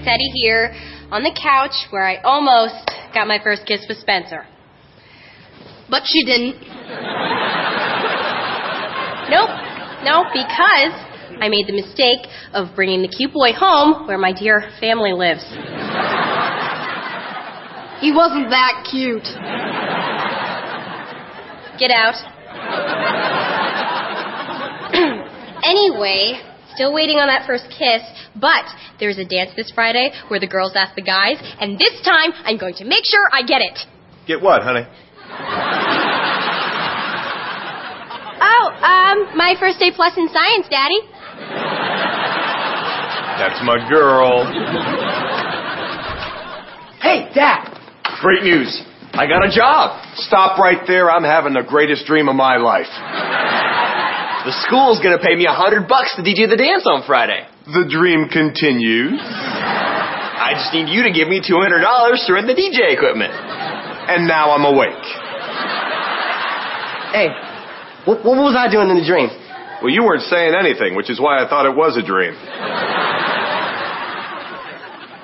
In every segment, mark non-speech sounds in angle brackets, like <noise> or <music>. steady here on the couch where I almost got my first kiss with Spencer. But she didn't. nope, no, because I made the mistake of bringing the cute boy home where my dear family lives. He wasn't that cute. Get out. anyway, still waiting on that first kiss, but there's a dance this Friday where the girls ask the guys, and this time I'm going to make sure I get it. Get what, honey? Oh, um, my first A plus in science, Daddy. That's my girl. Hey, Dad. Great news. I got a job. Stop right there. I'm having the greatest dream of my life. The school's gonna pay me a hundred bucks to DJ the dance on Friday. The dream continues. I just need you to give me two hundred dollars to rent the DJ equipment. And now I'm awake. Hey, what, what was I doing in the dream? Well, you weren't saying anything, which is why I thought it was a dream.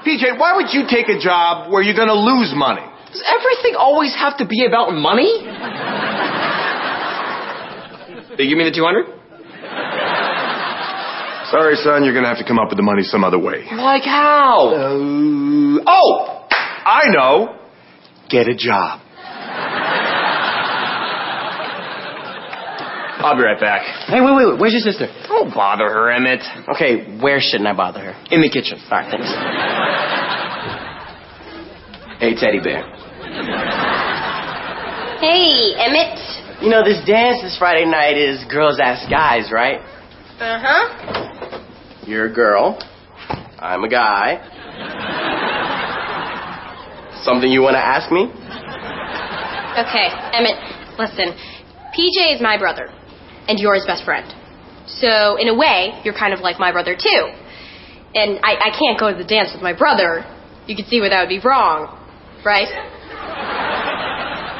PJ, why would you take a job where you're going to lose money? Does everything always have to be about money? they give me the two hundred? Sorry, son, you're going to have to come up with the money some other way. Like how? Uh, oh, I know. Get a job. I'll be right back. Hey, wait, wait, wait. Where's your sister? Don't bother her, Emmett. Okay, where shouldn't I bother her? In the kitchen. All right, thanks. Hey, teddy bear. Hey, Emmett. You know, this dance this Friday night is girls ask guys, right? Uh huh. You're a girl. I'm a guy. Something you want to ask me? Okay, Emmett, listen. PJ is my brother, and you're his best friend. So, in a way, you're kind of like my brother, too. And I, I can't go to the dance with my brother. You can see where that would be wrong, right?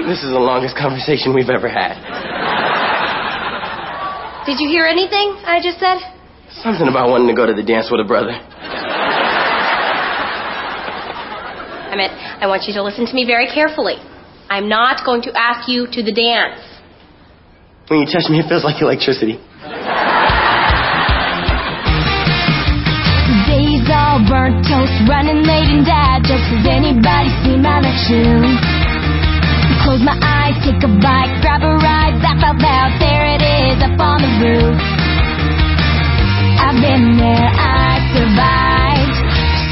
This is the longest <laughs> conversation we've ever had. Did you hear anything I just said? Something about wanting to go to the dance with a brother. Emmett, I want you to listen to me very carefully. I'm not going to ask you to the dance. When you touch me, it feels like electricity. Days all burnt toast, running late and dad. Just has anybody seen my left shoe? Close my eyes, take a bite, grab a ride, laugh out loud. There it is, up on the roof. I've been there, I survived.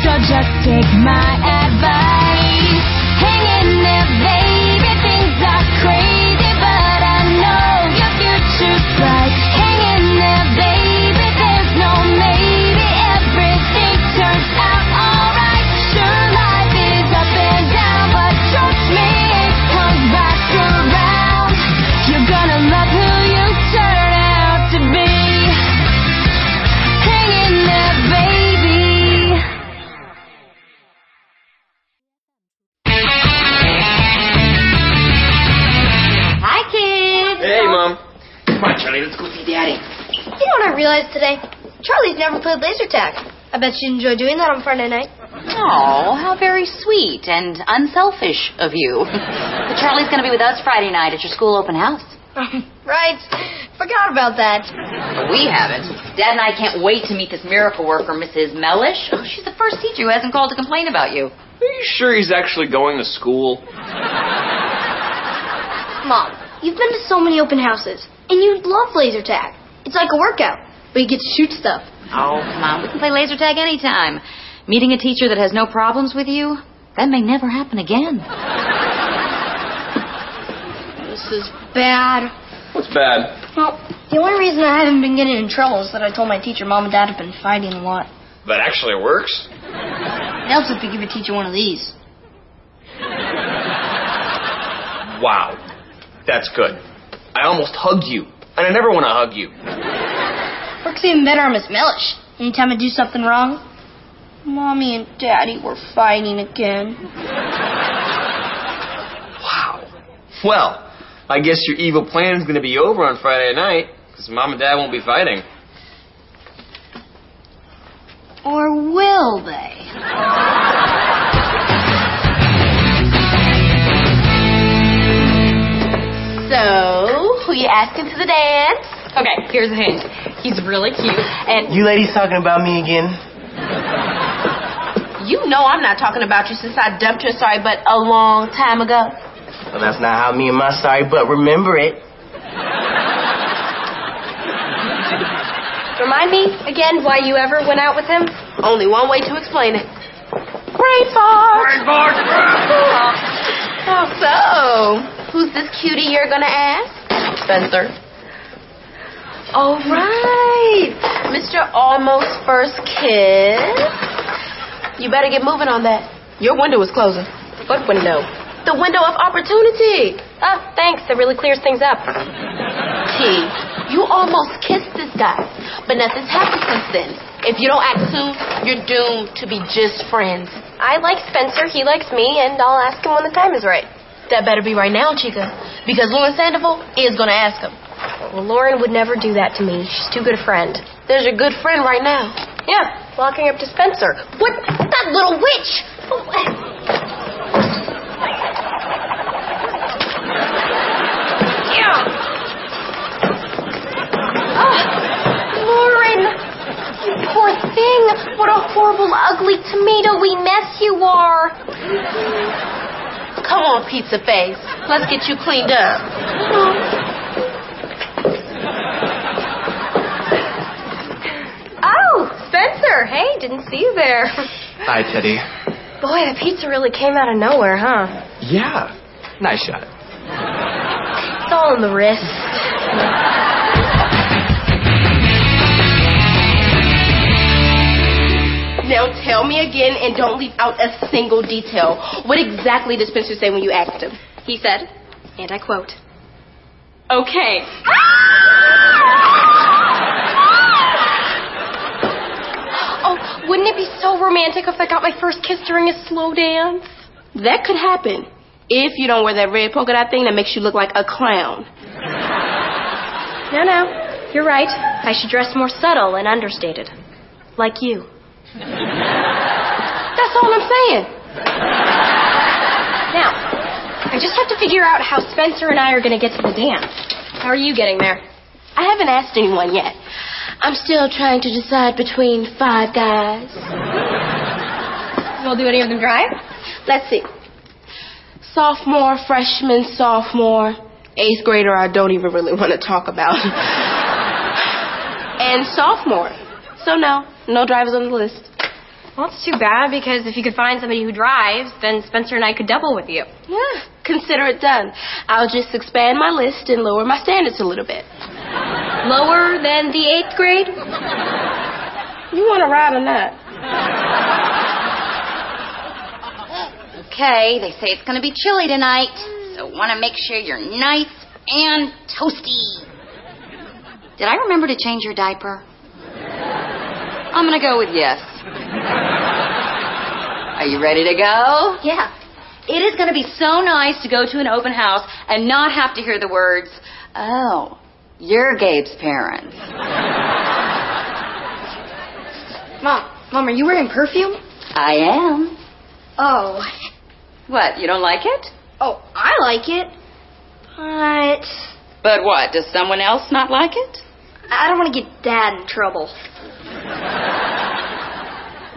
So just take my advice. Hang in there, baby. Things are crazy, but I know your future's bright. Hang in there, baby. There's no maybe. Everything turns out alright. Sure, life is up and down, but trust me, it comes back around. You're gonna love who you turn out to be. Hang in there, baby. Hi, kids. Hey, Mom. Come on, Charlie, let's go see Daddy. You know what I realized today? Charlie's never played laser tag. I bet she'd enjoy doing that on Friday night. Oh, how very sweet and unselfish of you. <laughs> but Charlie's going to be with us Friday night at your school open house. <laughs> right. Forgot about that. But we haven't. Dad and I can't wait to meet this miracle worker, Mrs. Mellish. Oh, she's the first teacher who hasn't called to complain about you. Are you sure he's actually going to school? Mom, you've been to so many open houses, and you love laser tag. It's like a workout, but you get to shoot stuff. Oh, Mom, we can play laser tag anytime. Meeting a teacher that has no problems with you, that may never happen again. This is bad. What's bad? Well, the only reason I haven't been getting in trouble is that I told my teacher mom and dad have been fighting a lot. That actually works. It helps if you give a teacher one of these. Wow. That's good. I almost hugged you, and I never want to hug you. Works even better on Miss Mellish. Anytime I do something wrong, Mommy and Daddy were fighting again. Well, I guess your evil plan's going to be over on Friday night, because Mom and Dad won't be fighting. Or will they? So, who you asking to the dance? Okay, here's a hint. He's really cute, and You ladies talking about me again? You know I'm not talking about you since I dumped your sorry butt a long time ago. Well, that's not how me and my sorry butt remember it. remind me again why you ever went out with him. Only one way to explain it. Brain fart. Oh, So, who's this cutie you're gonna ask? Spencer. All right, Mr. Almost First Kiss. You better get moving on that. Your window is closing. What window? The window Oh, of opportunity. Ah, thanks. That really clears things up. T, you almost kissed this guy, but nothing's happened since then. If you don't act soon, you're doomed to be just friends. I like Spencer. He likes me, and I'll ask him when the time is right. That better be right now, Chica, because Lauren Sandoval is gonna ask him. Well, Lauren would never do that to me. She's too good a friend. There's your good friend right now. Yeah, walking up to Spencer. Oh. What? That little witch! yeah. Ah, Lauren, you poor thing. What a horrible, ugly tomatoey mess you are. Come on, pizza face. Let's get you cleaned up. Oh, Spencer. Hey, didn't see you there. Hi, Teddy. Boy, the pizza really came out of nowhere, huh? Yeah. Nice shot. It's all in the wrist. Now tell me again and don't leave out a single detail. What exactly did Spencer say when you asked him? He said, and I quote, Okay. Ah! oh, wouldn't it be so romantic if I got my first kiss during a slow dance? That could happen if you don't wear that red polka dot thing that makes you look like a clown. No, no. You're right. I should dress more subtle and understated. Like you. That's all I'm saying. Now, I just have to figure out how Spencer and I are going to get to the dance. How are you getting there? I haven't asked anyone yet. I'm still trying to decide between five guys. Well, do any of them drive? Let's see. Sophomore, freshman, sophomore, eighth grader, I don't even really want to talk about. and sophomore. So, no, no drivers on the list. Well, it's too bad because if you could find somebody who drives, then Spencer and I could double with you. Yeah, consider it done. I'll just expand my list and lower my standards a little bit. Lower than the eighth grade? You want to ride or not? Okay, they say it's gonna be chilly tonight, so wanna make sure you're nice and toasty. Did I remember to change your diaper? I'm gonna go with yes. Are you ready to go? Yeah. It is gonna be so nice to go to an open house and not have to hear the words, oh, you're Gabe's parents. Mom, Mom, are you wearing perfume? I am. Oh. What, you don't like it? Oh, I like it. But But what, does someone else not like it? I don't want to get Dad in trouble.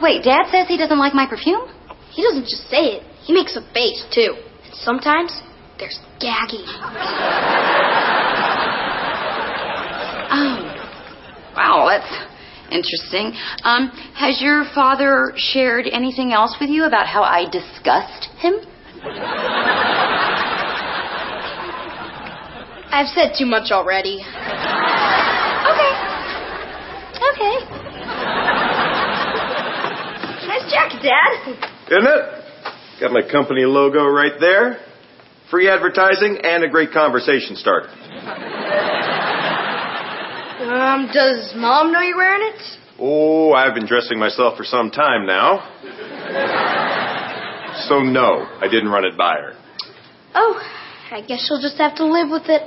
Wait, Dad says he doesn't like my perfume? He doesn't just say it, he makes a face, too. And sometimes there's gagging. Wow, that's interesting. Um, has your father shared anything else with you about how I disgust him? I've said too much already. Okay. Okay. Nice jacket, Dad. Isn't it? Got my company logo right there. Free advertising and a great conversation starter. Um, does Mom know you're wearing it? Oh, I've been dressing myself for some time now. So, no, I didn't run it by her. Oh, I guess she'll just have to live with it.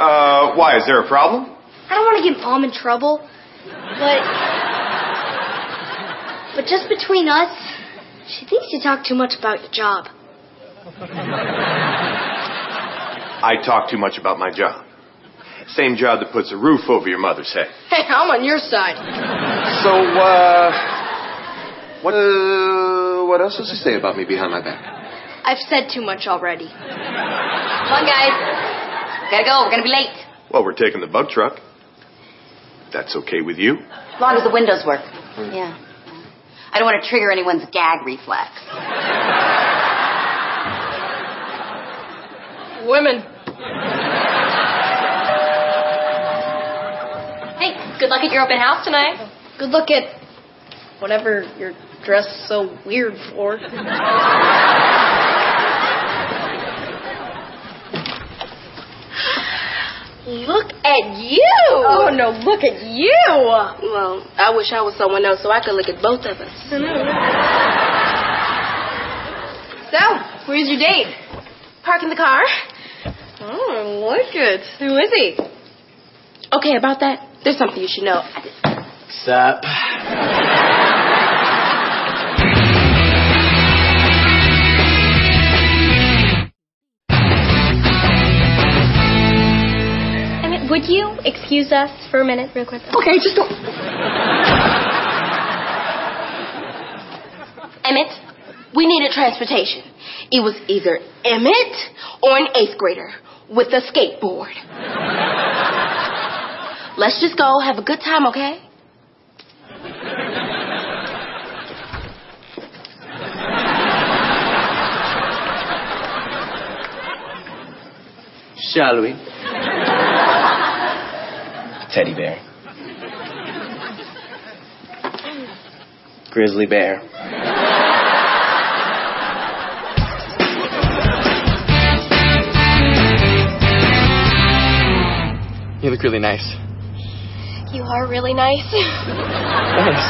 Uh, why? Is there a problem? I don't want to get mom in trouble, but but just between us, she thinks you talk too much about your job. I talk too much about my job. Same job that puts a roof over your mother's head. Hey, I'm on your side. So, uh, what, uh, what else does he say about me behind my back? I've said too much already. Come on, guys. Gotta go. We're gonna be late. Well, we're taking the bug truck. That's okay with you? As long as the windows work. Yeah. I don't want to trigger anyone's gag reflex. Women. Hey, good luck at your open house tonight. Good luck at whatever you're dressed so weird for. Look at you. Oh no, look at you! Well, I wish I was someone else so I could look at both of us. so, where's your date? Park in the car. Oh, I like it. Who is he? Okay, about that, there's something you should know. Sup? Emmett, would you excuse us for a minute, real quick? Okay, just don't. Emmett, we needed transportation. It was either Emmett or an eighth grader with a skateboard. Let's just go have a good time, okay? Shall we? Teddy bear. Grizzly bear. You look really nice. You are really nice. Thanks.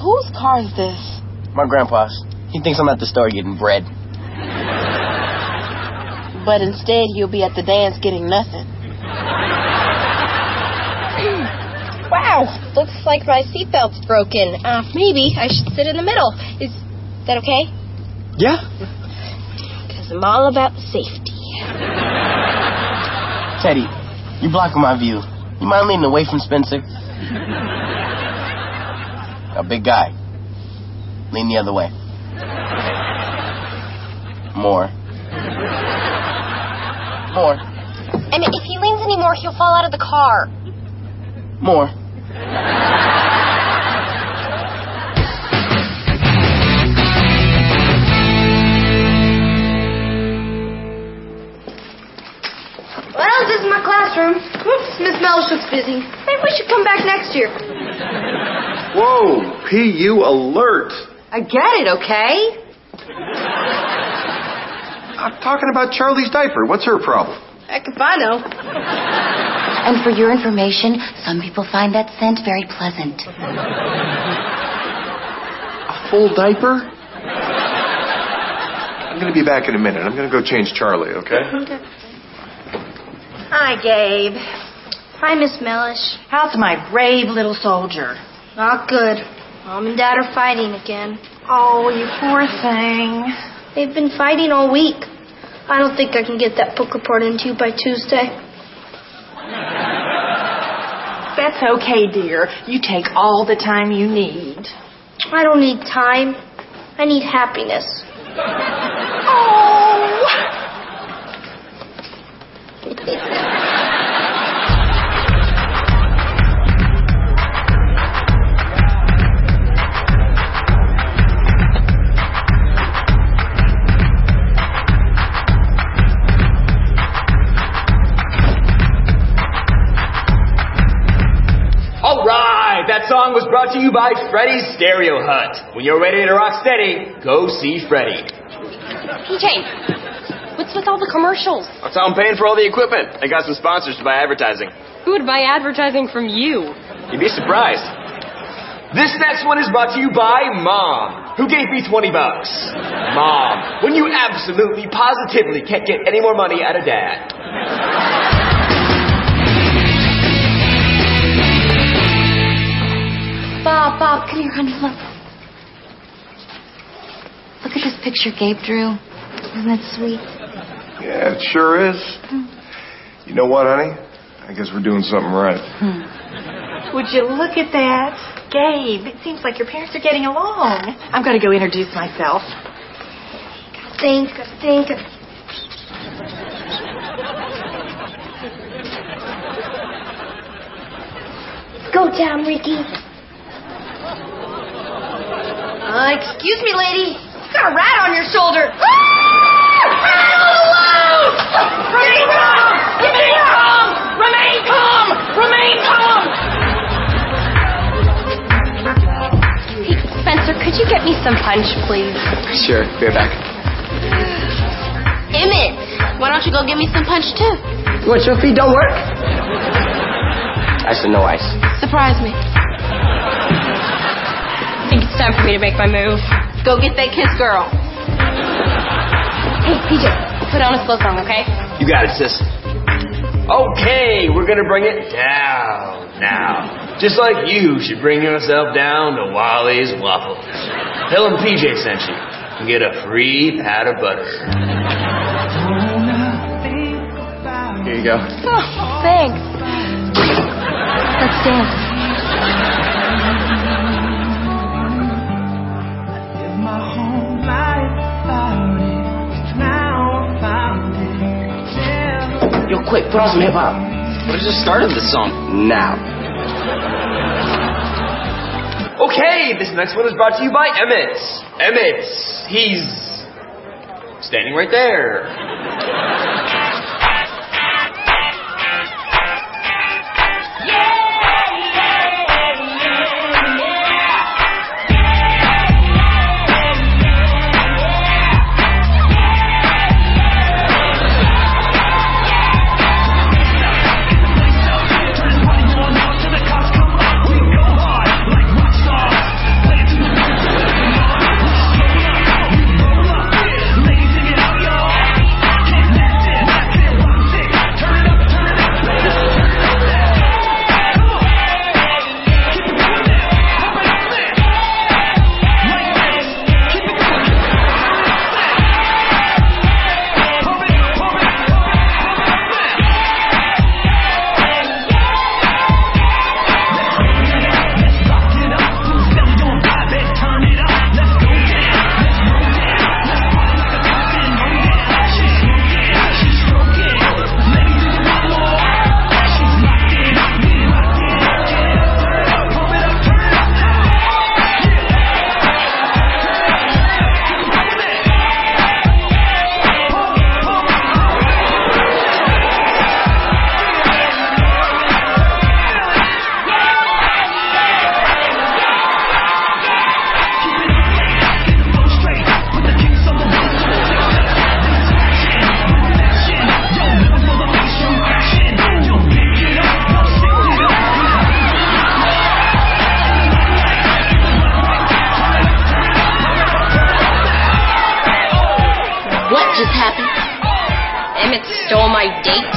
Whose car is this? My grandpa's. He thinks I'm at the store getting bread. But instead, you'll be at the dance getting <gasps> nothing. wow, looks like my seatbelt's broken. Uh, maybe I should sit in the middle. Is that okay? Yeah? Because I'm all about safety. Teddy, you're blocking my view. You mind leaning away from Spencer? A big guy. Lean the other way. More. More. And if he leans any more, he'll fall out of the car. More. Well, this is my classroom. Oops, Miss Mellish looks busy. Maybe we should come back next year. Whoa, PU alert! I get it, okay? I'm talking about Charlie's diaper. What's her problem? Heck if I know. And for your information, some people find that scent very pleasant. A full diaper? I'm gonna be back in a minute. I'm gonna go change Charlie, okay? Hi, Gabe. Hi, Miss Mellish. How's my brave little soldier? Not good. Mom and Dad are fighting again. Oh, you poor thing. They've been fighting all week. I don't think I can get that book report into you by Tuesday. That's okay, dear. You take all the time you need. I don't need time. I need happiness. Oh! All right, that song was brought to you by Freddy's Stereo Hut. When you're ready to rock steady, go see Freddy. PJ, what's with all the commercials? That's how I'm paying for all the equipment. I got some sponsors to buy advertising. Who would buy advertising from you? You'd be surprised. This next one is brought to you by Mom, who gave me 20 bucks. Mom, when you absolutely, positively can't get any more money out of Dad. Bob, Bob, come here, honey. Look. Look at this picture Gabe drew. Isn't that sweet? Hmm. Yeah, it sure is. You know what, honey? I guess we're doing something right. Would you look at that? Gabe, it seems like your parents are getting along. I'm going to go introduce myself. Think, think. Go down, Ricky. Uh, excuse me, lady. You got a rat on your shoulder. Remain calm! Remain calm! Remain calm! Remain calm! Hey, Spencer, could you get me some punch, please? Sure, be right back. Emmett, why don't you go get me some punch, too? What, your feet don't work? I said no ice. Surprise me. I think it's time for me to make my move. Go get that kiss girl. Hey, PJ, put on a slow song, okay? You got it, sis. Okay, we're gonna bring it down now. Just like you should bring yourself down to Wally's Waffles. Tell him PJ sent you. and Get a free pat of butter. Here you go. Oh, thanks. Let's dance. Yo, quick, put on some hip hop. What is the start of this song? Now. Okay, this next one is brought to you by Emmett. Emmett, he's standing right there. What just happened? Emmett stole my date.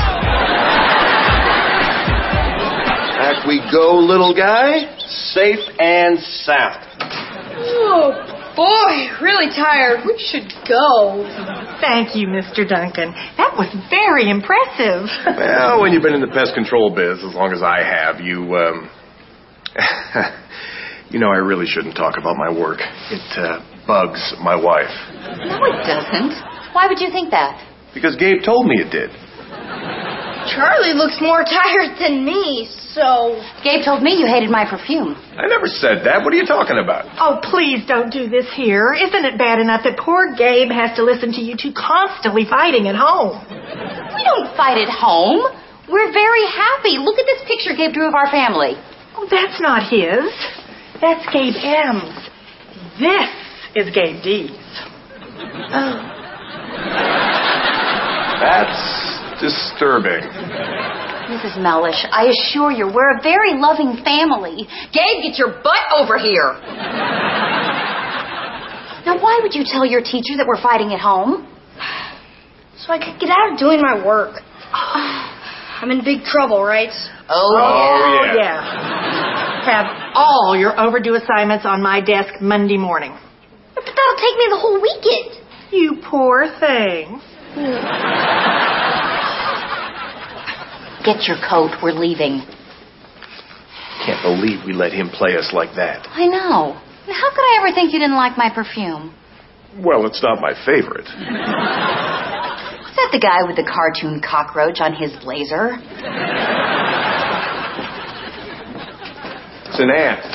Back we go, little guy. Safe and sound. Oh, boy, really tired. We should go. Thank you, Mr. Duncan. That was very impressive. Well, when you've been in the pest control biz as long as I have, you, um. <laughs> you know, I really shouldn't talk about my work. It, uh, bugs my wife. No, it doesn't. Why would you think that? Because Gabe told me it did. <laughs> Charlie looks more tired than me, so. Gabe told me you hated my perfume. I never said that. What are you talking about? Oh, please don't do this here. Isn't it bad enough that poor Gabe has to listen to you two constantly fighting at home? We don't fight at home. We're very happy. Look at this picture Gabe drew of our family. Oh, that's not his. That's Gabe M's. This is Gabe D's. That's disturbing. Mrs. Mellish, I assure you, we're a very loving family. Gabe, get your butt over here. now, why would you tell your teacher that we're fighting at home? So I could get out of doing my work. <sighs> I'm in big trouble, right? Oh, Oh, Oh, yeah. yeah. Have all your overdue assignments on my desk Monday morning. But that'll take me the whole weekend. You poor thing. Get your coat. We're leaving. Can't believe we let him play us like that. I know. How could I ever think you didn't like my perfume? Well, it's not my favorite. Was that the guy with the cartoon cockroach on his blazer? It's an ant.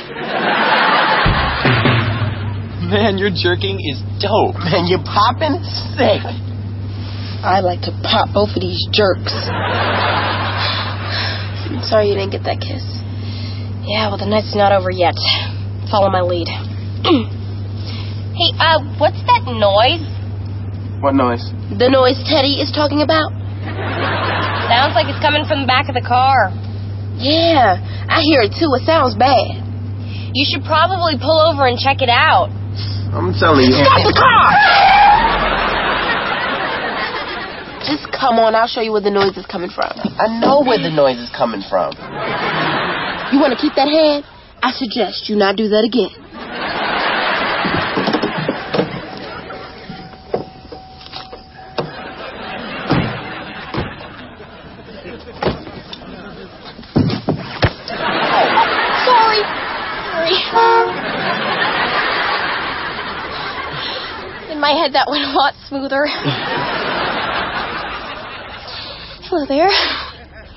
Man, your jerking is dope. Man, you popping? Sick. I like to pop both of these jerks. I'm sorry you didn't get that kiss. Yeah, well, the night's not over yet. Follow my <clears throat> lead. hey, uh, what's that noise? What noise? The noise Teddy is talking about? Sounds like it's coming from the back of the car. Yeah, I hear it too. It sounds bad. You should probably pull over and check it out. I'm telling you. Stop the car! Just come on, I'll show you where the noise is coming from. I know where the noise is coming from. You want to keep that hand? I suggest you not do that again. Sorry. Sorry. <laughs> In my head, that went a lot smoother. Hello there.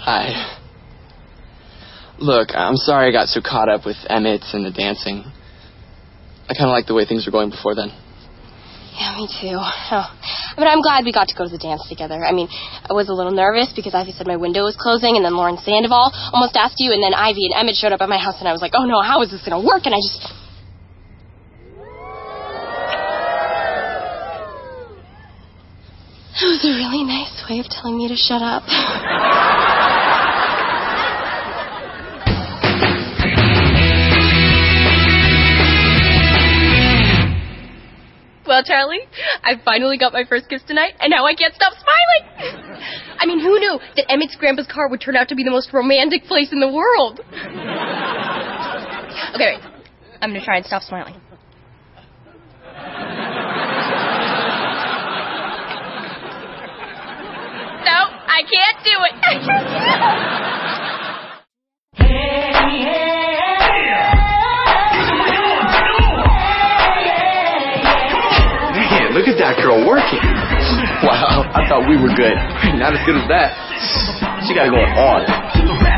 Hi. Look, I'm sorry I got so caught up with Emmett's and the dancing. I kind of like the way things were going before then. Yeah, me too. Oh. But I'm glad we got to go to the dance together. I mean, I was a little nervous because Ivy said my window was closing, and then Lauren Sandoval almost asked you, and then Ivy and Emmett showed up at my house, and I was like, oh no, how is this going to work? And I just. That was a really nice way of telling me to shut up. Well, Charlie, I finally got my first kiss tonight, and now I can't stop smiling. I mean, who knew that Emmett's grandpa's car would turn out to be the most romantic place in the world? Okay, wait. I'm gonna try and stop smiling. No, I can't do it. I can't do it. Man, look at that girl working. Wow, I thought we were good. Not as good as that. She got it going on.